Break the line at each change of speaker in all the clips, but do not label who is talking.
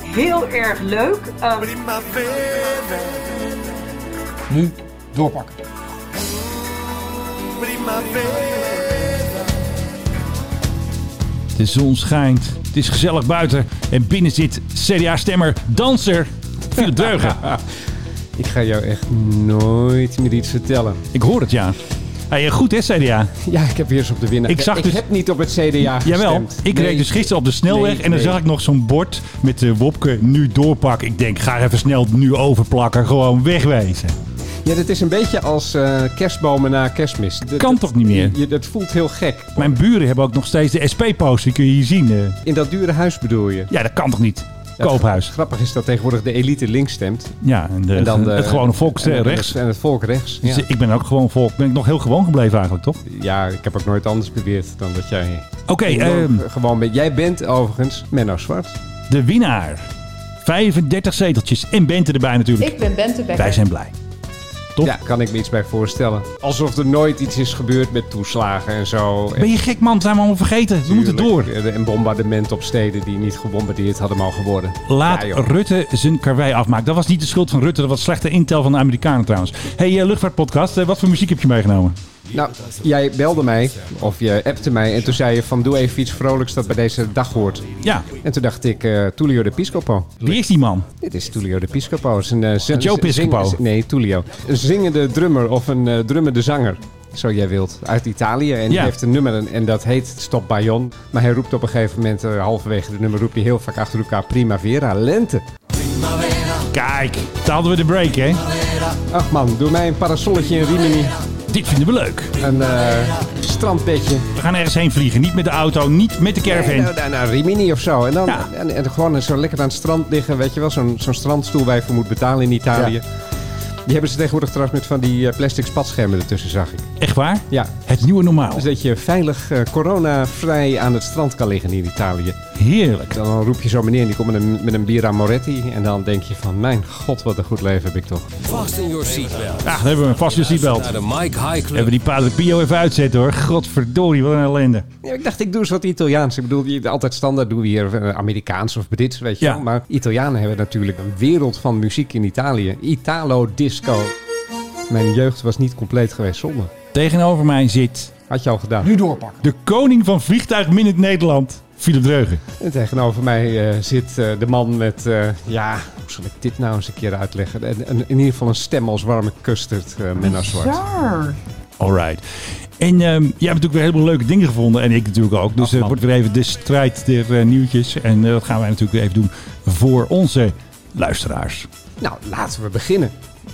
heel erg leuk. Eh,
Primavera,
Nu doorpakken.
primavera.
De zon schijnt. Het is gezellig buiten. En binnen zit CDA-stemmer, danser, Philip Dreugen.
Ik ga jou echt nooit meer iets vertellen.
Ik hoor het, ja. Hey, eh, goed hè, CDA?
Ja, ik heb weer eens op de winnaar.
Ik zag dus-
heb niet op het CDA gestemd.
Jawel. Ik reed dus gisteren op de snelweg
Nee,
en dan
nee.
zag ik nog zo'n bord met de Wopke nu doorpak. Ik denk, ga even snel nu overplakken. Gewoon wegwezen.
Ja, dat is een beetje als eh, kerstbomen na kerstmis. Dat,
Kan toch niet meer?
je, dat voelt heel gek.
Mijn buren hebben ook nog steeds de SP-poster. Die kun je hier zien. eh.
In dat dure huis bedoel je?
Ja, dat kan toch niet?
Ja, het
Koophuis.
Grappig is dat tegenwoordig de elite links stemt.
Ja, en, de-
En dan de,
het gewone volk eh,
en- en-
rechts.
En het volk rechts. Ja.
Dus ik ben ook gewoon volk. Ben ik nog heel gewoon gebleven eigenlijk, toch?
ja, ik heb ook nooit anders beweerd dan dat jij
Oké, ehm,
gewoon bent. Jij bent overigens Menno Zwart.
de winnaar. 35 zeteltjes. En Bente erbij natuurlijk.
Ik ben Bente Becker.
Wij zijn blij. Toch?
Ja, kan ik me iets bij voorstellen. Alsof er nooit iets is gebeurd met toeslagen en zo. eh,
Ben je gek, man? Dat zijn we allemaal vergeten. We moeten door.
Een bombardement op steden die niet gebombardeerd hadden mogen worden.
Laat
Ja, joh.
Rutte zijn karwei afmaken. Dat was niet de schuld van Rutte. Dat was slechte intel van de Amerikanen trouwens. hey, eh, luchtvaartpodcast. eh, wat voor muziek heb je meegenomen?
Nou, jij belde mij, of je appte mij, en toen zei je van doe even iets vrolijks dat bij deze dag hoort.
Ja,
En toen dacht ik, eh Tulio de Piscopo.
wie is die man?
Dit is Tulio de Piscopo. Het is een, eh, zing-
Joe Piscopo.
zing- nee, Tulio. Een zingende drummer of een eh, drummende zanger. Zo jij wilt. Uit Italië. En die
Ja.
heeft een nummer en, en dat heet Stop Bayon. Maar hij roept op een gegeven moment, eh, halverwege de nummer, roept hij heel vaak achter elkaar Primavera, lente.
Kijk, daar hadden we de break, hè?
Ach man, doe mij een parasolletje in Rimini.
Dit vinden we leuk.
Een eh strandbedje.
We gaan ergens heen vliegen. Niet met de auto, niet met de
Nee,
caravan.
nou, nou, nou, Rimini of zo. En dan
Ja.
en, en gewoon zo lekker aan het strand liggen. Weet je wel, zo'n zo'n strandstoel waar je voor moet betalen in Italië. Die hebben ze tegenwoordig trouwens met van die eh, plastic spatschermen ertussen, zag ik.
Echt waar?
Ja.
Het nieuwe normaal.
Dus dat je veilig, eh, coronavrij aan het strand kan liggen in Italië.
Heerlijk.
Dan roep je zo'n meneer en die komt met een, met een Bira Moretti. En dan denk je van, mijn god, wat een goed leven heb ik toch.
Vast in your seatbelt.
Ah, dan hebben we een vaste seatbelt.
Naar de Mike High Club.
Hebben we die Padre Pio even uitzetten, hoor. Godverdorie, wat een ellende.
Ja, ik dacht, ik doe eens wat Italiaans. Ik bedoel, je- altijd standaard doen we hier eh, Amerikaans of Brits, weet je
Ja.
wel. Maar Italianen hebben natuurlijk een wereld van muziek in Italië. Italo disco. Mijn jeugd was niet compleet geweest zonder.
Tegenover mij zit
Had je al gedaan.
Nu doorpakken.
de koning van Vliegtuig Minute Nederland, Philip Dreugen.
En tegenover mij eh, zit eh, de man met, eh, ja, hoe zal ik dit nou eens een keer uitleggen? Een, een- in ieder geval een stem als warme custard, eh Menno Zwart.
bizar.
Alright. En ehm, jij hebt natuurlijk weer heleboel leuke dingen gevonden. En ik natuurlijk ook. Dus
Ach,
het
man.
wordt weer even de strijd der eh, nieuwtjes. En eh, dat gaan wij natuurlijk weer even doen voor onze luisteraars.
Nou, laten we beginnen.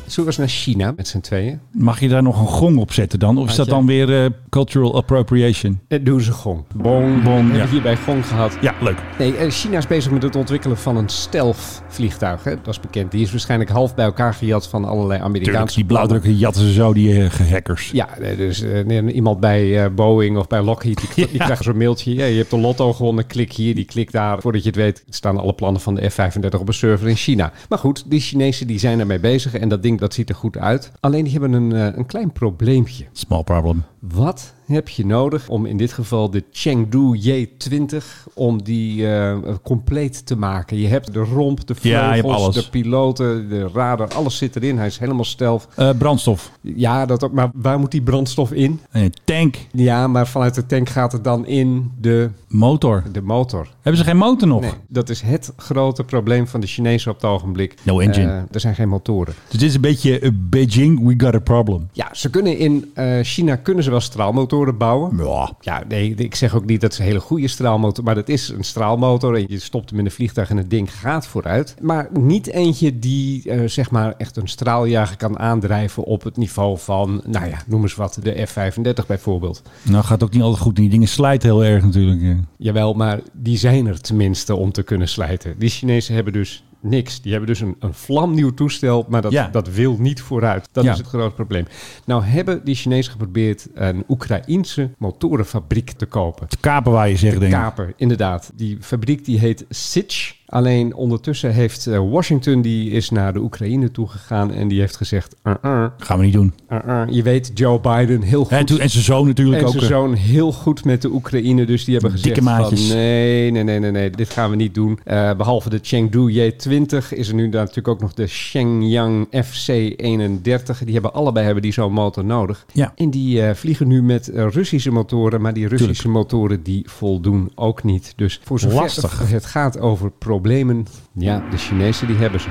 Zullen we eens naar China met z'n tweeën?
Mag je daar nog een gong op zetten dan? Of is dat
Had je-
dan weer eh, cultural appropriation?
Eh, Doe ze gong.
Bong, bong. Ja,
We hebben hier bij gong gehad.
ja leuk.
Nee, eh, China is bezig met het ontwikkelen van een stealth vliegtuig. Hè? Dat is bekend. Die is waarschijnlijk half bij elkaar gejat van allerlei
Tuurlijk,
Amerikaanse
die blauwdrukken jatten ze zo, die eh, gehackers.
Ja, eh, dus eh, nee, iemand bij eh, Boeing of bij Lockheed, die, die krijgt zo'n mailtje. Ja, je hebt de lotto gewonnen, klik hier, die klik daar. Voordat je het weet staan alle plannen van de F-35 op een server in China. Maar goed, die Chinezen die zijn ermee bezig en dat ding dat ziet er goed uit. Alleen die hebben een, eh, een klein probleempje.
Small problem.
Wat heb je nodig om in dit geval de Chengdu J20 om die eh, compleet te maken? Je hebt de romp, de
je hebt
vleugels,
alles.
de piloten, de radar, alles zit erin. Hij is helemaal stealth.
Eh, brandstof.
Ja, dat ook, maar waar moet die brandstof in?
Een tank.
Ja, maar vanuit de tank gaat het dan in de,
Motor.
de motor.
Hebben ze geen motor nog?
Nee, dat is het grote probleem van de Chinezen op het ogenblik.
No engine.
Eh, er zijn geen motoren.
Dus dit is een beetje eh, Beijing, we got a problem.
Ja, ze kunnen in eh, China kunnen ze wel straalmotoren bouwen.
Ja.
Ja, nee, ik zeg ook niet dat ze een hele goede straalmotor, maar dat is een straalmotor en je stopt hem in een vliegtuig en het ding gaat vooruit. Maar niet eentje die eh, zeg maar echt een straaljager kan aandrijven op het niveau van, nou ja, noem eens wat, de F-35 bijvoorbeeld.
Nou gaat het ook niet altijd goed. Die dingen slijten heel erg natuurlijk. eh.
Jawel, maar die zijn er tenminste om te kunnen slijten. Die Chinezen hebben dus niks. Die hebben dus een, een vlamnieuw toestel, maar dat,
Ja.
dat wil niet vooruit. Dat
Ja.
is het grote probleem. Nou hebben die Chinezen geprobeerd een Oekraïense motorenfabriek te kopen.
Te kapen waar je zegt, denk ik.
Kaper, inderdaad. Die fabriek die heet Sitch. Alleen ondertussen heeft eh, Washington, die is naar de Oekraïne toegegaan en die heeft gezegd, "Uh, uh,
Gaan we niet doen.
uh, uh." je weet Joe Biden heel goed.
En, toen, en zijn zoon natuurlijk
En
ook.
zijn
eh,
zoon heel goed met de Oekraïne. Dus die hebben gezegd
Dikke maatjes.
van nee, nee, nee, nee, nee, dit gaan we niet doen. Eh, behalve de Chengdu J20 is er nu natuurlijk ook nog de Shenyang FC31. Die hebben allebei hebben die zo'n motor nodig.
Ja.
En die eh, vliegen nu met eh, Russische motoren. Maar die Russische motoren die voldoen ook niet. Dus voor zover
Lastig.
het gaat over problemen. Ja, de Chinezen die hebben ze.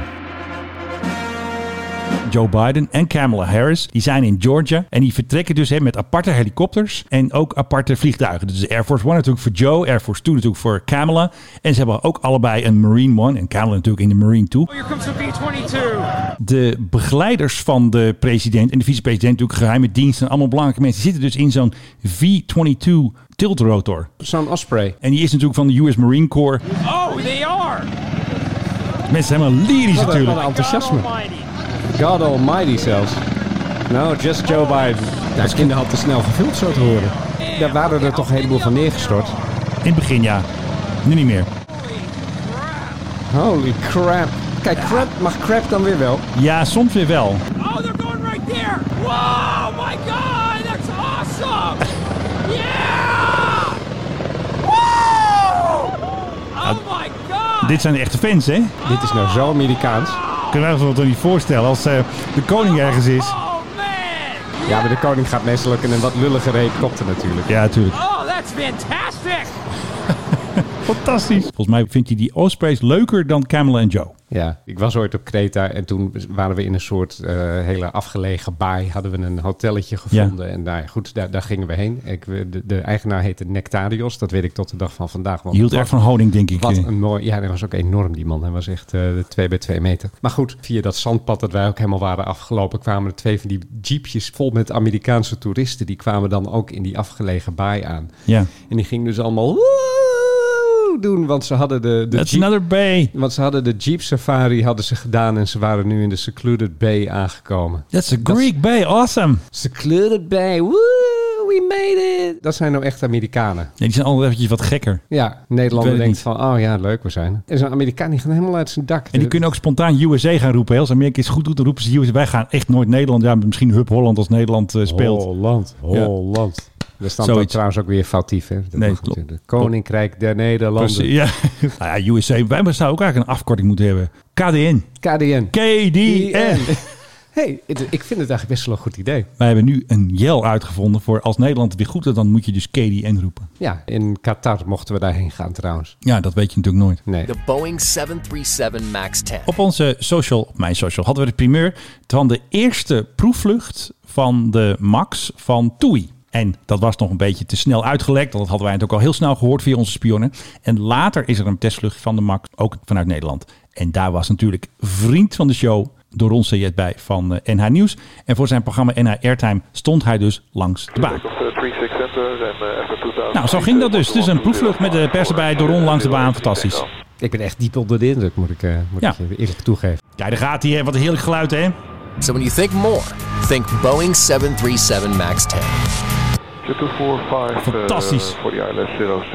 Joe Biden en Kamala Harris, die zijn in Georgia. En die vertrekken dus hè, met aparte helikopters en ook aparte vliegtuigen. Dus de Air Force One natuurlijk voor Joe, Air Force Two natuurlijk voor Kamala. En ze hebben ook allebei een Marine One en Kamala natuurlijk in de Marine Two. De begeleiders van de president en de vicepresident, natuurlijk geheime diensten, allemaal belangrijke mensen, die zitten dus in zo'n V-22 tiltrotor.
Zo'n Osprey.
En die is natuurlijk van de US Marine Corps. Oh, they are! Mensen zijn helemaal lyrisch
Wat een, wat
natuurlijk.
een enthousiasme. God almighty zelfs. Nou, just Joe Biden. Ja, de kinderen had te snel gevuld, zo te horen. Daar waren er toch een heleboel van neergestort.
Oh,
In het begin ja, nu niet meer.
Holy crap. Kijk, crap, mag crap dan weer wel?
Ja, soms weer wel.
Oh, they're going right there! Wow, my God, that's awesome! yeah! Whoa! Oh my God!
Dit zijn de echte fans, hè?
Dit is nou zo Amerikaans.
Kunnen wij ons dat niet voorstellen als eh, de koning ergens is?
Oh man!
Ja, maar de koning gaat meestal ook in een wat lullige helikopter natuurlijk.
Ja, natuurlijk.
Oh, that's fantastic!
Fantastisch. Volgens mij vindt hij die Ospreys leuker dan Kamala en Joe.
Ja, ik was ooit op Kreta en toen waren we in een soort eh, hele afgelegen baai. Hadden we een hotelletje gevonden en daar, goed, daar, daar gingen we heen. Ik, de, de eigenaar heette Nectarios, dat weet ik tot de dag van vandaag. want
Die hield erg van honing, denk ik. eh.
Wat een mooi. Ja, hij was ook enorm, die man. Hij was echt eh, twee bij twee meter. Maar goed, via dat zandpad dat wij ook helemaal waren afgelopen, kwamen er twee van die jeepjes vol met Amerikaanse toeristen. Die kwamen dan ook in die afgelegen baai aan.
Ja.
En die gingen dus allemaal woe doen, want ze hadden de, de
That's
jeep-
another bay.
want ze hadden de Jeep Safari hadden ze gedaan en ze waren nu in de Secluded Bay aangekomen.
That's a Greek bay. Awesome.
Secluded Bay, woe, we made it! Dat zijn nou echt Amerikanen.
Nee, die zijn altijd eventjes wat gekker.
Ja,
Ik weet
Nederlander
het
denkt
niet.
van, oh ja, leuk, we zijn er. En zo'n Amerikaan die gaat helemaal uit zijn dak.
En die kunnen ook spontaan USA gaan roepen. hè. Als Amerika iets goed doet, dan roepen ze USA. Wij gaan echt nooit Nederland. Ja, misschien Hub Holland als Nederland eh, speelt.
Holland, Holland. Daar staat dan
Zoiets.
trouwens ook weer foutief, hè? Dat
Nee,
mag
klopt.
natuurlijk. Koninkrijk der Nederlanden.
Precies, Dus, ja. nou ja, USA. Wij zouden ook eigenlijk een afkorting moeten hebben. KDN.
KDN.
KDN.
hey, het- ik vind het eigenlijk best wel een goed idee.
Wij hebben nu een jel uitgevonden voor als Nederland het weer goed doet, dan moet je dus KDN roepen.
Ja, in Qatar mochten we daarheen gaan trouwens.
Ja, dat weet je natuurlijk nooit.
Nee.
The Boeing 737 MAX 10.
Op onze social, op mijn social, hadden we de primeur van de eerste proefvlucht van de MAX van TUI. En dat was nog een beetje te snel uitgelekt. want Dat hadden wij natuurlijk al heel snel gehoord via onze spionnen. En later is er een testvlucht van de MAX, ook vanuit Nederland. En daar was natuurlijk vriend van de show, door ons Jet bij van eh, NH Nieuws. En voor zijn programma NH Airtime stond hij dus langs de baan. Nou, zo ging dat dus. Dus een proefvlucht met de pers erbij, Doron langs de baan. Fantastisch.
Ik ben echt diep onder de indruk, moet ik, eh, moet
Ja.
ik je eerlijk toegeven.
Ja, daar gaat hij. hè. Wat een heerlijk geluid, hè?
So when you think more, think Boeing 737 MAX 10.
Fantastisch.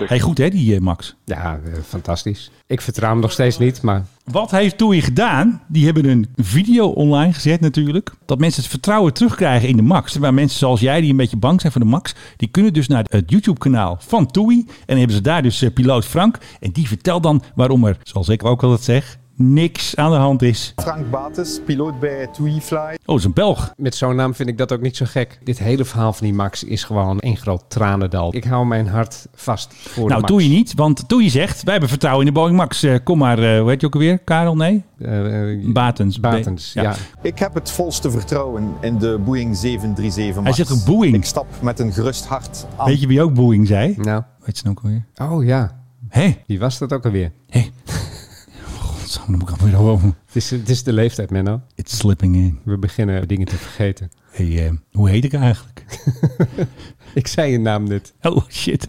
Hey, goed hè, die eh, Max.
Ja, eh, fantastisch. Ik vertrouw hem nog steeds niet, maar
Wat heeft TUI gedaan? Die hebben een video online gezet natuurlijk. Dat mensen het vertrouwen terugkrijgen in de Max. Maar mensen zoals jij, die een beetje bang zijn voor de Max... die kunnen dus naar het YouTube-kanaal van TUI. En dan hebben ze daar dus eh, piloot Frank. En die vertelt dan waarom er, zoals ik ook altijd zeg... niks aan de hand is.
Frank Bates, piloot bij TUI Fly.
Oh, dat is een Belg.
Met zo'n naam vind ik dat ook niet zo gek. Dit hele verhaal van die Max is gewoon één groot tranendal. Ik hou mijn hart vast voor
Nou,
de Max.
TUI niet, want TUI zegt... wij hebben vertrouwen in de Boeing Max. Eh, kom maar, eh, hoe heet je ook alweer? Karel? Nee?
Eh, eh,
Batens.
Batens,
Nee,
ja.
ja.
Ik heb het volste vertrouwen in de Boeing 737
Hij
MAX.
zegt een Boeing.
Ik stap met een gerust hart aan.
Weet je wie ook Boeing zei?
Nou,
Weet je het ook alweer?
oh ja.
Hé,
Wie was dat ook alweer?
hé. Oh, Godsam, dan moet ik alweer over.
Het is, het is de leeftijd, Menno.
It's slipping in.
We beginnen dingen te vergeten.
Hey, eh, hoe heet ik eigenlijk?
Ik zei je naam net.
Oh shit.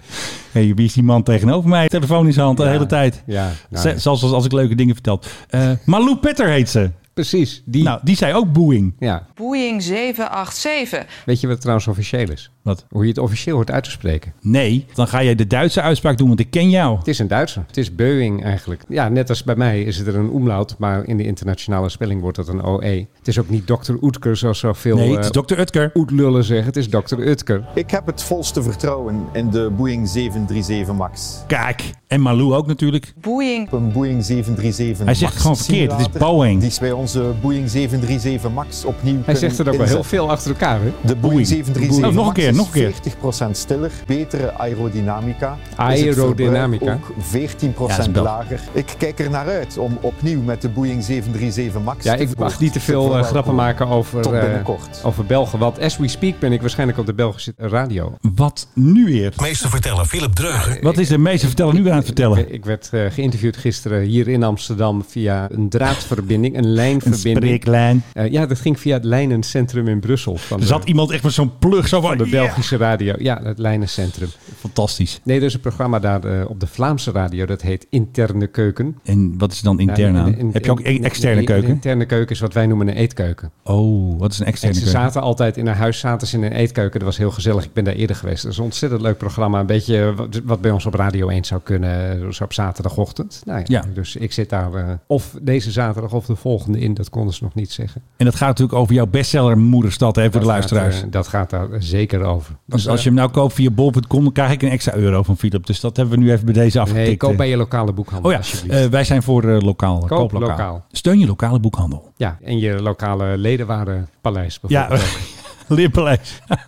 hey, wie is die man tegenover mij? Telefoon in zijn hand de hele tijd.
Ja, nou,
Z- Zelfs als, als ik leuke dingen vertel. Eh Malou Petter heet ze.
precies. Die.
Nou, die zei ook Boeing.
Ja.
Boeing 787.
Weet je wat het trouwens officieel is?
Wat?
Hoe je het officieel hoort uit te spreken.
Nee, dan ga jij de Duitse uitspraak doen, want ik ken jou.
Het is een Duitser. Het is Boeing eigenlijk. Ja, net als bij mij is het er een omlaut, maar in de internationale spelling wordt dat een OE. Het is ook niet Dr. Oetker, zoals zoveel
Nee,
veel
het is Dr. Utker.
oetlullen zeggen. Het is Dr. Utker.
Ik heb het volste vertrouwen in de Boeing 737 MAX.
Kijk, en Malou ook natuurlijk.
Boeing.
Een Boeing 737
Hij zegt
Max
gewoon verkeerd, het is
simulator,
Boeing.
Die is bij onze Boeing 737 MAX opnieuw
Hij zegt het ook wel heel
veel.
veel achter elkaar, hè?
De Boeing
Boeing.
737
Oh, nog een
Max
keer,
is
nog een keer.
40% stiller, betere aerodynamica. Is het
Aerodynamica.
verbruik ook 14%
Ja, is een bel.
lager. Ik kijk er naar uit om opnieuw met de Boeing 737 Max
Ja,
te
ik mag
verhogen-
niet te veel eh,
verwelkomen.
grappen maken over,
Tot
eh,
binnenkort.
over Belgen. Want as we speak ben ik waarschijnlijk op de Belgische radio.
Wat nu weer?
Meester vertellen, Philip Dreugen.
Wat is de meeste verteller nu weer aan het vertellen?
Ik werd eh, geïnterviewd gisteren hier in Amsterdam via een draadverbinding, een lijnverbinding.
Spreeklijn.
Eh, ja, dat ging via het Lijnencentrum in Brussel. Van
Er
de,
zat iemand echt met zo'n plug zo van...
de
ja.
Belgische radio. Ja, het Lijnencentrum.
Fantastisch.
Nee, er is een programma daar eh, op de Vlaamse radio. Dat heet Interne Keuken.
En wat is dan intern
Nou,
aan?
in- in-
Heb je ook
in-
een externe
nee, Een
keuken?
interne keuken is wat wij noemen een eetkeuken.
Oh, wat is een
En
externe
ze
keuken?
zaten altijd in haar huis, zaten ze in een eetkeuken. Dat was heel gezellig. Ik ben daar eerder geweest. Dat is een ontzettend leuk programma. Een beetje wat, wat bij ons op Radio 1 zou kunnen, dus op zaterdagochtend. Nou ja,
Ja.
Dus ik zit daar eh, of deze zaterdag of de volgende in. Dat konden ze nog niet zeggen.
En dat gaat natuurlijk over jouw bestseller Moederstad, hè, voor de
Dat
luisteraars.
gaat, eh, dat gaat daar zeker over. eh,
dus als je hem nou koopt via bol.com, dan krijg ik een extra euro van Philip. Dus dat hebben we nu even bij deze afgetikt.
Nee, koop
eh.
bij je lokale boekhandel
Oh ja,
alsjeblieft.
eh, wij zijn voor eh, lokaal. Koop, lokaal.
lokaal.
Steun je lokale boekhandel.
ja, en je lokale ledenwarenpaleis
Ja,
bijvoorbeeld.
Leerpaleis.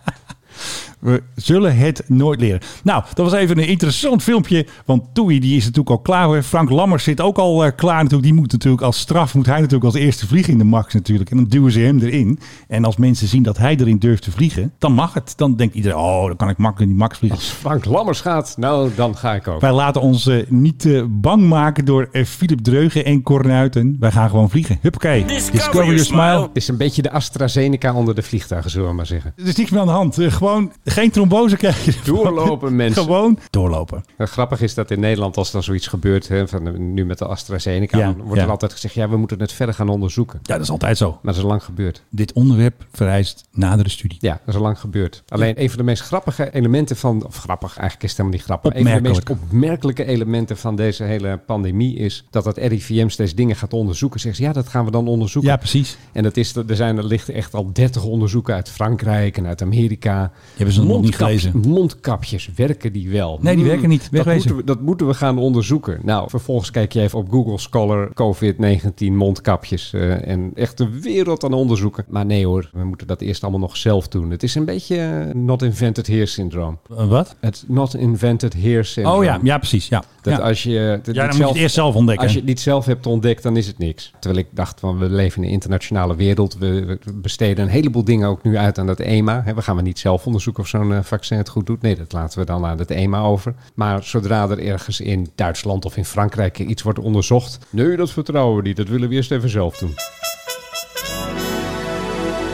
We zullen het nooit leren. Nou, dat was even een interessant filmpje. Want Toei die is natuurlijk al klaar. hoor. Frank Lammers zit ook al eh, klaar natuurlijk. Die moet natuurlijk als straf, moet hij natuurlijk als eerste vliegen in de Max natuurlijk. En dan duwen ze hem erin. En als mensen zien dat hij erin durft te vliegen, dan mag het. Dan denkt iedereen, oh, dan kan ik makkelijk in die Max vliegen.
Als Frank Lammers gaat, nou dan ga ik ook.
Wij laten ons eh, niet eh, bang maken door eh, Philip Dreugen en Cornuiten. Wij gaan gewoon vliegen. Huppakee. Discover your smile.
Het is een beetje de AstraZeneca onder de vliegtuigen, zullen we maar zeggen.
Er is niks meer aan de hand. Eh, gewoon geen trombose krijgen.
Doorlopen, mensen.
Gewoon doorlopen.
Nou, grappig is dat in Nederland, als dan zoiets gebeurt, hè, van eh, nu met de AstraZeneca,
Ja,
dan wordt
ja.
er altijd gezegd, ja, we moeten het verder gaan onderzoeken.
Ja, dat is altijd zo.
Maar dat is al lang gebeurd.
Dit onderwerp vereist nadere studie.
Ja, dat is al lang gebeurd. Alleen een van de meest grappige elementen van, of grappig, eigenlijk is het helemaal niet grappig. Een van de meest
Opmerkelijk.
opmerkelijke elementen van deze hele pandemie is dat het RIVM steeds dingen gaat onderzoeken. Zegt ze, ja, dat gaan we dan onderzoeken.
Ja, precies.
En dat is, er, zijn, er lichten echt al 30 onderzoeken uit Frankrijk en uit Amerika.
Hebben ze nog niet
Mondkapjes-
gelezen?
Mondkapjes, werken die wel?
Nee, die
Hmm,
werken niet.
Dat
Wegwezen.
moeten, we, dat moeten we gaan onderzoeken. Nou, vervolgens kijk je even op Google Scholar COVID-19 mondkapjes. eh, en echt de wereld aan onderzoeken. Maar nee hoor, we moeten dat eerst allemaal nog zelf doen. Het is een beetje eh, not invented here syndroom.
Eh, wat?
Het not invented here syndroom.
Oh ja, ja precies. Ja,
Dat
ja.
als je, het niet
ja dan moet je het eerst zelf ontdekken.
als je het niet zelf hebt ontdekt, dan is het niks. Terwijl ik dacht van we leven in een internationale wereld. We we besteden een heleboel dingen ook nu uit aan dat EMA. Hè, We gaan maar niet zelf onderzoeken of zo'n eh, vaccin het goed doet. Nee, dat laten we dan aan het EMA over. Maar zodra er ergens in Duitsland of in Frankrijk iets wordt onderzocht. Nee, dat vertrouwen we niet. Dat willen we eerst even zelf doen.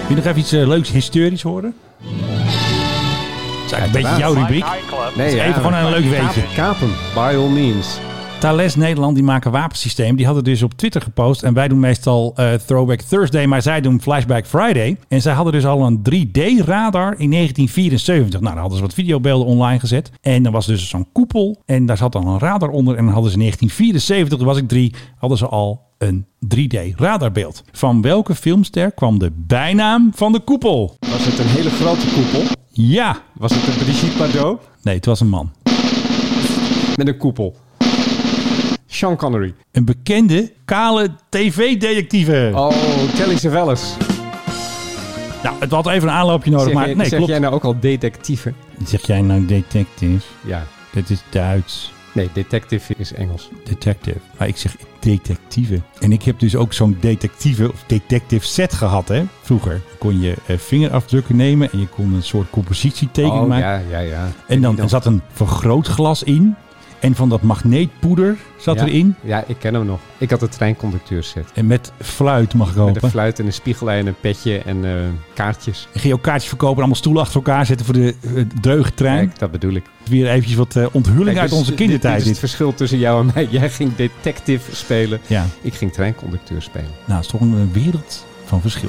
Wil je nog even iets eh, leuks historisch horen? Dat is eigenlijk een beetje jouw rubriek.
Nee,
Even gewoon een leuk weetje.
Kapen, by all means.
Thales Nederland, die maken wapensystemen. Die hadden dus op Twitter gepost. En wij doen meestal eh, Throwback Thursday, maar zij doen Flashback Friday. En zij hadden dus al een 3D-radar in 1974. Nou, daar hadden ze wat videobeelden online gezet. En er was dus zo'n koepel. En daar zat dan een radar onder. En dan hadden ze in 1974, toen was ik drie, hadden ze al een 3D-radarbeeld. Van welke filmster kwam de bijnaam van de koepel?
Was het een hele grote koepel?
Ja.
Was het een Brigitte Bardot?
Nee, het was een man.
Met een koepel. Sean Connery.
Een bekende kale tv-detectieve.
Oh, Telly Savalas.
Nou, het had even een aanloopje nodig,
Zeg,
maar
jij-
nee,
zeg
klopt.
jij nou ook al detectieve?
Zeg jij nou detective?
Ja.
Dat is Duits.
Nee, detective is Engels.
Detective. Maar ik zeg detectieve. En ik heb dus ook zo'n detectieve of detective set gehad, hè? Vroeger kon je eh, vingerafdrukken nemen en je kon een soort compositietekening
oh,
maken.
ja, ja, ja.
En dan
dan-
er zat een vergrootglas in. En van dat magneetpoeder zat
ja.
erin.
Ja, ik ken hem nog. Ik had een treinconducteur set.
En met fluit mag ik
Met een
hopen.
fluit en een spiegelei en een petje en eh, kaartjes.
En ging je ook kaartjes verkopen en allemaal stoelen achter elkaar zetten voor de eh, dreugentrein.
Kijk, dat bedoel ik.
Weer eventjes wat eh, onthulling
Kijk,
uit
dus
onze
dit- dit
kindertijd.
is het
Dit,
verschil tussen jou en mij. Jij ging detective spelen.
Ja,
Ik ging treinconducteur spelen.
eh, nou, het is toch een wereld van verschil.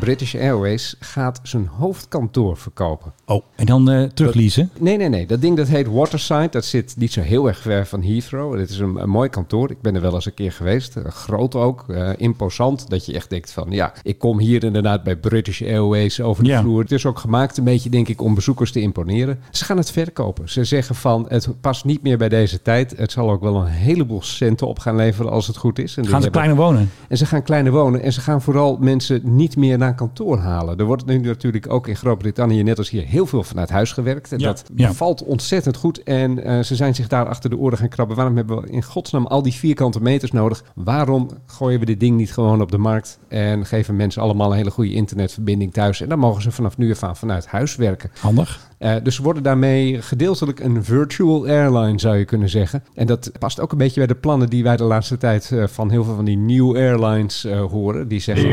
British Airways gaat zijn hoofdkantoor verkopen.
Oh, en dan eh terugleasen.
Nee, nee, nee. Dat ding dat heet Waterside. Dat zit niet zo heel erg ver van Heathrow. Dit is een, een mooi kantoor. Ik ben er wel eens een keer geweest. Eh, groot ook. eh, imposant. Dat je echt denkt van... Ja, ik kom hier inderdaad bij British Airways over de
Ja.
vloer. Het is ook gemaakt een beetje, denk ik, om bezoekers te imponeren. Ze gaan het verkopen. Ze zeggen van... Het past niet meer bij deze tijd. Het zal ook wel een heleboel centen op gaan leveren als het goed is. En die
Gaan ze
hebben-
kleiner wonen?
en ze gaan kleiner wonen en ze gaan vooral mensen niet meer naar kantoor halen. Er wordt nu natuurlijk ook in Groot-Brittannië, net als hier, heel veel vanuit huis gewerkt. En
Ja,
dat
ja.
valt ontzettend goed. En eh, ze zijn zich daar achter de oren gaan krabben. Waarom hebben we in godsnaam al die vierkante meters nodig? Waarom gooien we dit ding niet gewoon op de markt en geven mensen allemaal een hele goede internetverbinding thuis? En dan mogen ze vanaf nu af aan vanuit huis werken.
Handig.
Eh, dus ze worden daarmee gedeeltelijk een virtual airline, zou je kunnen zeggen. En dat past ook een beetje bij de plannen die wij de laatste tijd eh, van heel veel van die new airlines eh, horen. Die zeggen.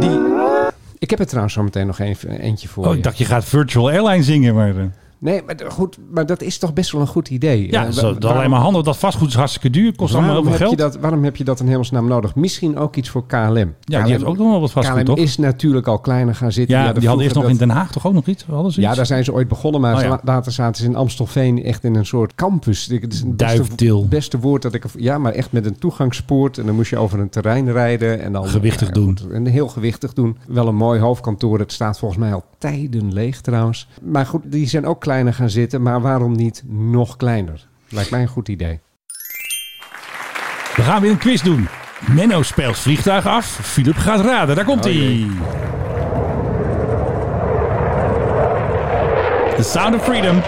Die, ik heb er trouwens zo meteen nog even eentje voor.
Oh,
je.
ik dacht je gaat Virtual Airline zingen, maar... eh,
Nee, maar, d- goed, maar dat is toch best wel een goed idee.
Ja,
Eh,
dat is
wa-
alleen
waarom-
maar handig. want Dat vastgoed is hartstikke duur. Kost allemaal heel
waarom
veel
heb, je
geld.
dat, waarom heb je dat in hemelsnaam nodig? Misschien ook iets voor KLM.
Ja, die heeft ook nog wel wat vastgoed,
KLM
toch?
is natuurlijk al kleiner gaan zitten.
ja,
de
die hadden eerst nog
vroeger
in Den
dat-
Haag toch ook nog iets? Hadden ze
Ja,
iets?
daar zijn ze ooit begonnen, maar
Oh,
ze
ja.
la- later zaten ze in Amstelveen echt in een soort campus. Ik- Het is het
Duifdeel.
beste, beste woord dat ik... Ja, maar echt met een toegangspoort en dan moest je over een terrein rijden. En dan,
Gewichtig
ja,
doen.
goed, En heel gewichtig doen. Wel een mooi hoofdkantoor. Het staat volgens mij al tijden leeg trouwens. Maar goed, die zijn ook kleiner gaan zitten. Maar waarom niet nog kleiner? Lijkt mij een goed idee.
We gaan weer een quiz doen. Menno speelt vliegtuig af. Philip gaat raden. Daar komt hij. The Sound of Freedom.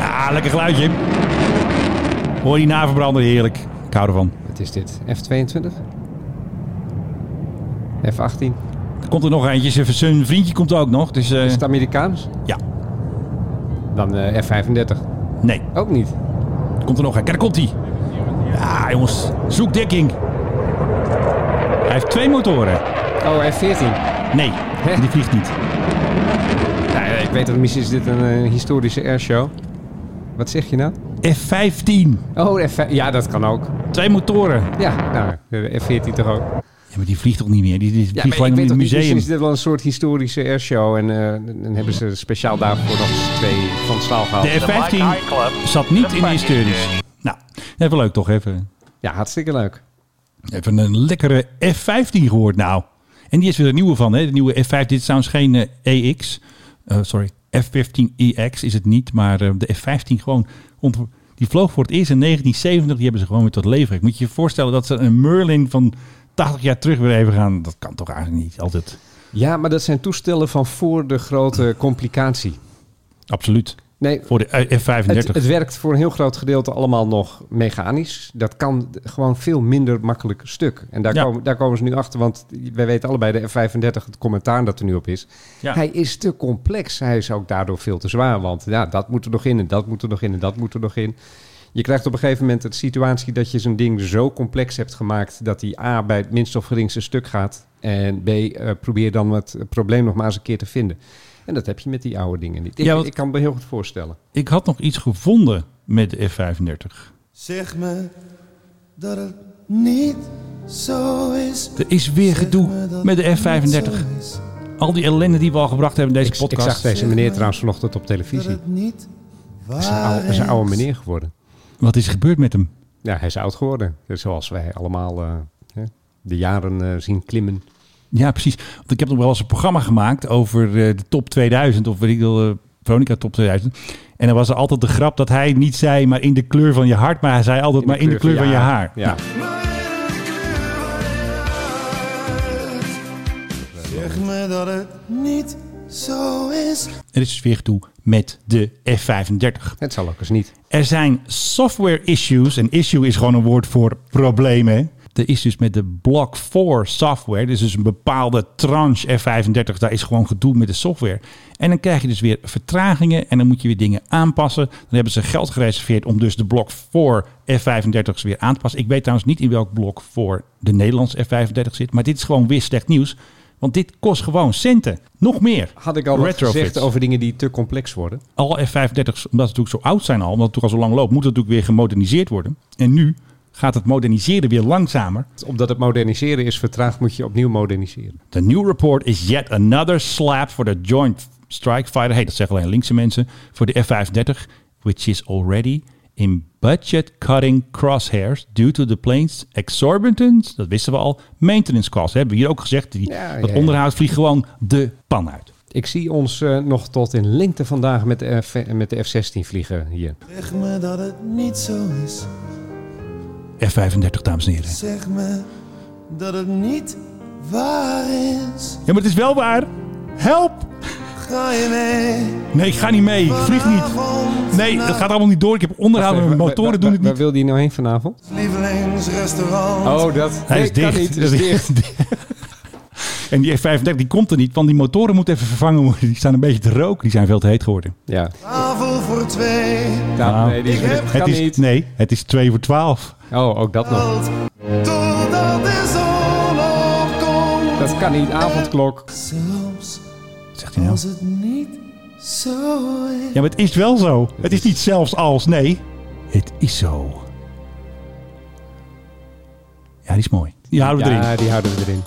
Ah, lekker geluidje. Hoor die naverbrander heerlijk. Ik hou ervan.
Wat is dit? F-22? F-18?
Er komt er nog eentje. Zijn- Zijn vriendje komt ook nog. Dus eh,
Is het Amerikaans?
ja,
Dan eh, F-35.
nee.
Ook niet.
Komt er nog een. Kijk, daar komt hij. Ja, jongens. Zoek dekking. Hij heeft twee motoren.
Oh, F-14.
Nee,
Hè?
die vliegt niet.
Nou, ik weet dat misschien is dit een, eh, historische airshow. Wat zeg je nou?
F-15.
Oh, de F ja, dat kan ook.
Twee motoren.
Ja, nou, de F-14 toch ook.
Ja, maar die vliegt toch niet meer? Die, die
Ja,
vliegt
ik
alleen in
weet
het
toch niet,
museum.
misschien is dit wel een soort historische airshow. En eh, dan hebben ze speciaal daarvoor nog eens twee van staal gehaald.
De F-15 zat niet in de historisch. Nou, even leuk toch? Even,
Ja, hartstikke leuk.
even een lekkere F-15 gehoord nou. En die is weer een nieuwe van, hè? De nieuwe F-15. Dit is trouwens geen eh, EX. Eh, sorry, F-15EX is het niet. Maar eh, de F-15 gewoon... ont- Die vloog voor het eerst in 1970. Die hebben ze gewoon weer tot leven. Ik moet je je voorstellen dat ze een Merlin van 80 jaar terug weer even gaan. Dat kan toch eigenlijk niet altijd.
Ja, maar dat zijn toestellen van voor de grote complicatie.
Absoluut.
Nee,
Voor de eh, F-35.
het, het werkt voor een heel groot gedeelte allemaal nog mechanisch. Dat kan d- gewoon veel minder makkelijk stuk. En daar,
Ja.
komen, daar komen ze nu achter, want wij weten allebei de F35, het commentaar dat er nu op is.
Ja.
Hij is te complex. Hij is ook daardoor veel te zwaar. Want ja, dat moet er nog in en dat moet er nog in en dat moet er nog in. Je krijgt op een gegeven moment de situatie dat je zo'n ding zo complex hebt gemaakt dat hij A bij het minst of geringste stuk gaat. En B, eh, probeer dan het probleem nog maar eens een keer te vinden. En dat heb je met die oude dingen niet. Ik,
Ja, want-
ik kan me heel goed voorstellen.
Ik had nog iets gevonden met de F-35.
Zeg me dat het niet zo is.
Er is weer gedoe met de F-35. Al die ellende die we al gebracht hebben in deze
Ik, ik
podcast.
zag deze meneer trouwens vanochtend op televisie.
Niet
Hij is een oude, hij is een oude meneer geworden.
Wat is er gebeurd met hem?
Ja, hij is oud geworden. Zoals wij allemaal eh, hè, de jaren eh, zien klimmen.
Ja, precies. Want ik heb nog wel eens een programma gemaakt over eh, de top 2000. Of weet ik wel, eh, Veronica top 2000. En dan was er altijd de grap dat hij niet zei, maar in de kleur van je hart. Maar hij zei altijd, maar in de kleur van je haar.
Ja.
Zeg me dat het niet zo is.
Er is dus weer gedoe met de F-35.
Het zal ook eens niet.
Er zijn software issues. En issue is gewoon een woord voor problemen. Er is dus met de Block 4 software, dus dus een bepaalde tranche F35, daar is gewoon gedoe met de software. En dan krijg je dus weer vertragingen en dan moet je weer dingen aanpassen. Dan hebben ze geld gereserveerd om dus de Block 4 F35's weer aan te passen. Ik weet trouwens niet in welk Block 4 de Nederlands F35 zit, maar dit is gewoon weer slecht nieuws. Want dit kost gewoon centen. Nog meer.
Had ik al wat
Retrofits.
gezegd over dingen die te complex worden?
Alle F-35's, omdat ze natuurlijk zo oud zijn al, omdat het natuurlijk al zo lang loopt, moet het natuurlijk weer gemoderniseerd worden. En nu gaat het moderniseren weer langzamer.
Omdat het moderniseren is vertraagd, moet je opnieuw moderniseren.
The new report is yet another slap for the Joint Strike Fighter. Hey, dat zeggen alleen linkse mensen. Voor de F-35, which is already in budget-cutting crosshairs due to the plane's exorbitant, dat wisten we al, maintenance costs. Hebben we hier ook gezegd, die,
Ja,
dat
ja, ja.
onderhoud vliegt gewoon de pan uit.
Ik zie ons eh, nog tot in lengte vandaag met de, F, met de F-16 vliegen hier.
Zeg me dat het niet zo is.
F-35, dames en heren.
Zeg me dat het niet waar is.
Ja, maar het is wel waar. Help!
Ga je mee?
Nee, ik ga niet mee. Ik vlieg niet.
Vanavond
Nee,
naar
dat gaat allemaal niet door. Ik heb onderhoud met mijn
Wa- wa-
motoren,
wa-
doen het
Waar
niet.
wil die nou heen vanavond?
het lievelingsrestaurant.
Oh, dat
Hij
nee,
is
kan
dicht.
niet. Is dicht.
En die F-35 die komt er niet, want die motoren moeten even vervangen worden. Die staan een beetje te roken. Die zijn veel te heet geworden.
Ja,
Tafel voor twee.
nou, nee, die
heb-
kan
het is,
niet.
Nee, het is 2 voor 12.
Oh, ook dat nog.
Tot- Totdat de zon opkomt.
Dat kan niet. Avondklok.
Zelfs
Zegt hij nou.
als het niet zo is.
Ja, maar het is wel zo. Het is niet zelfs als, nee. Het is zo. Ja, die is mooi. Die houden we erin.
Ja, die houden we erin.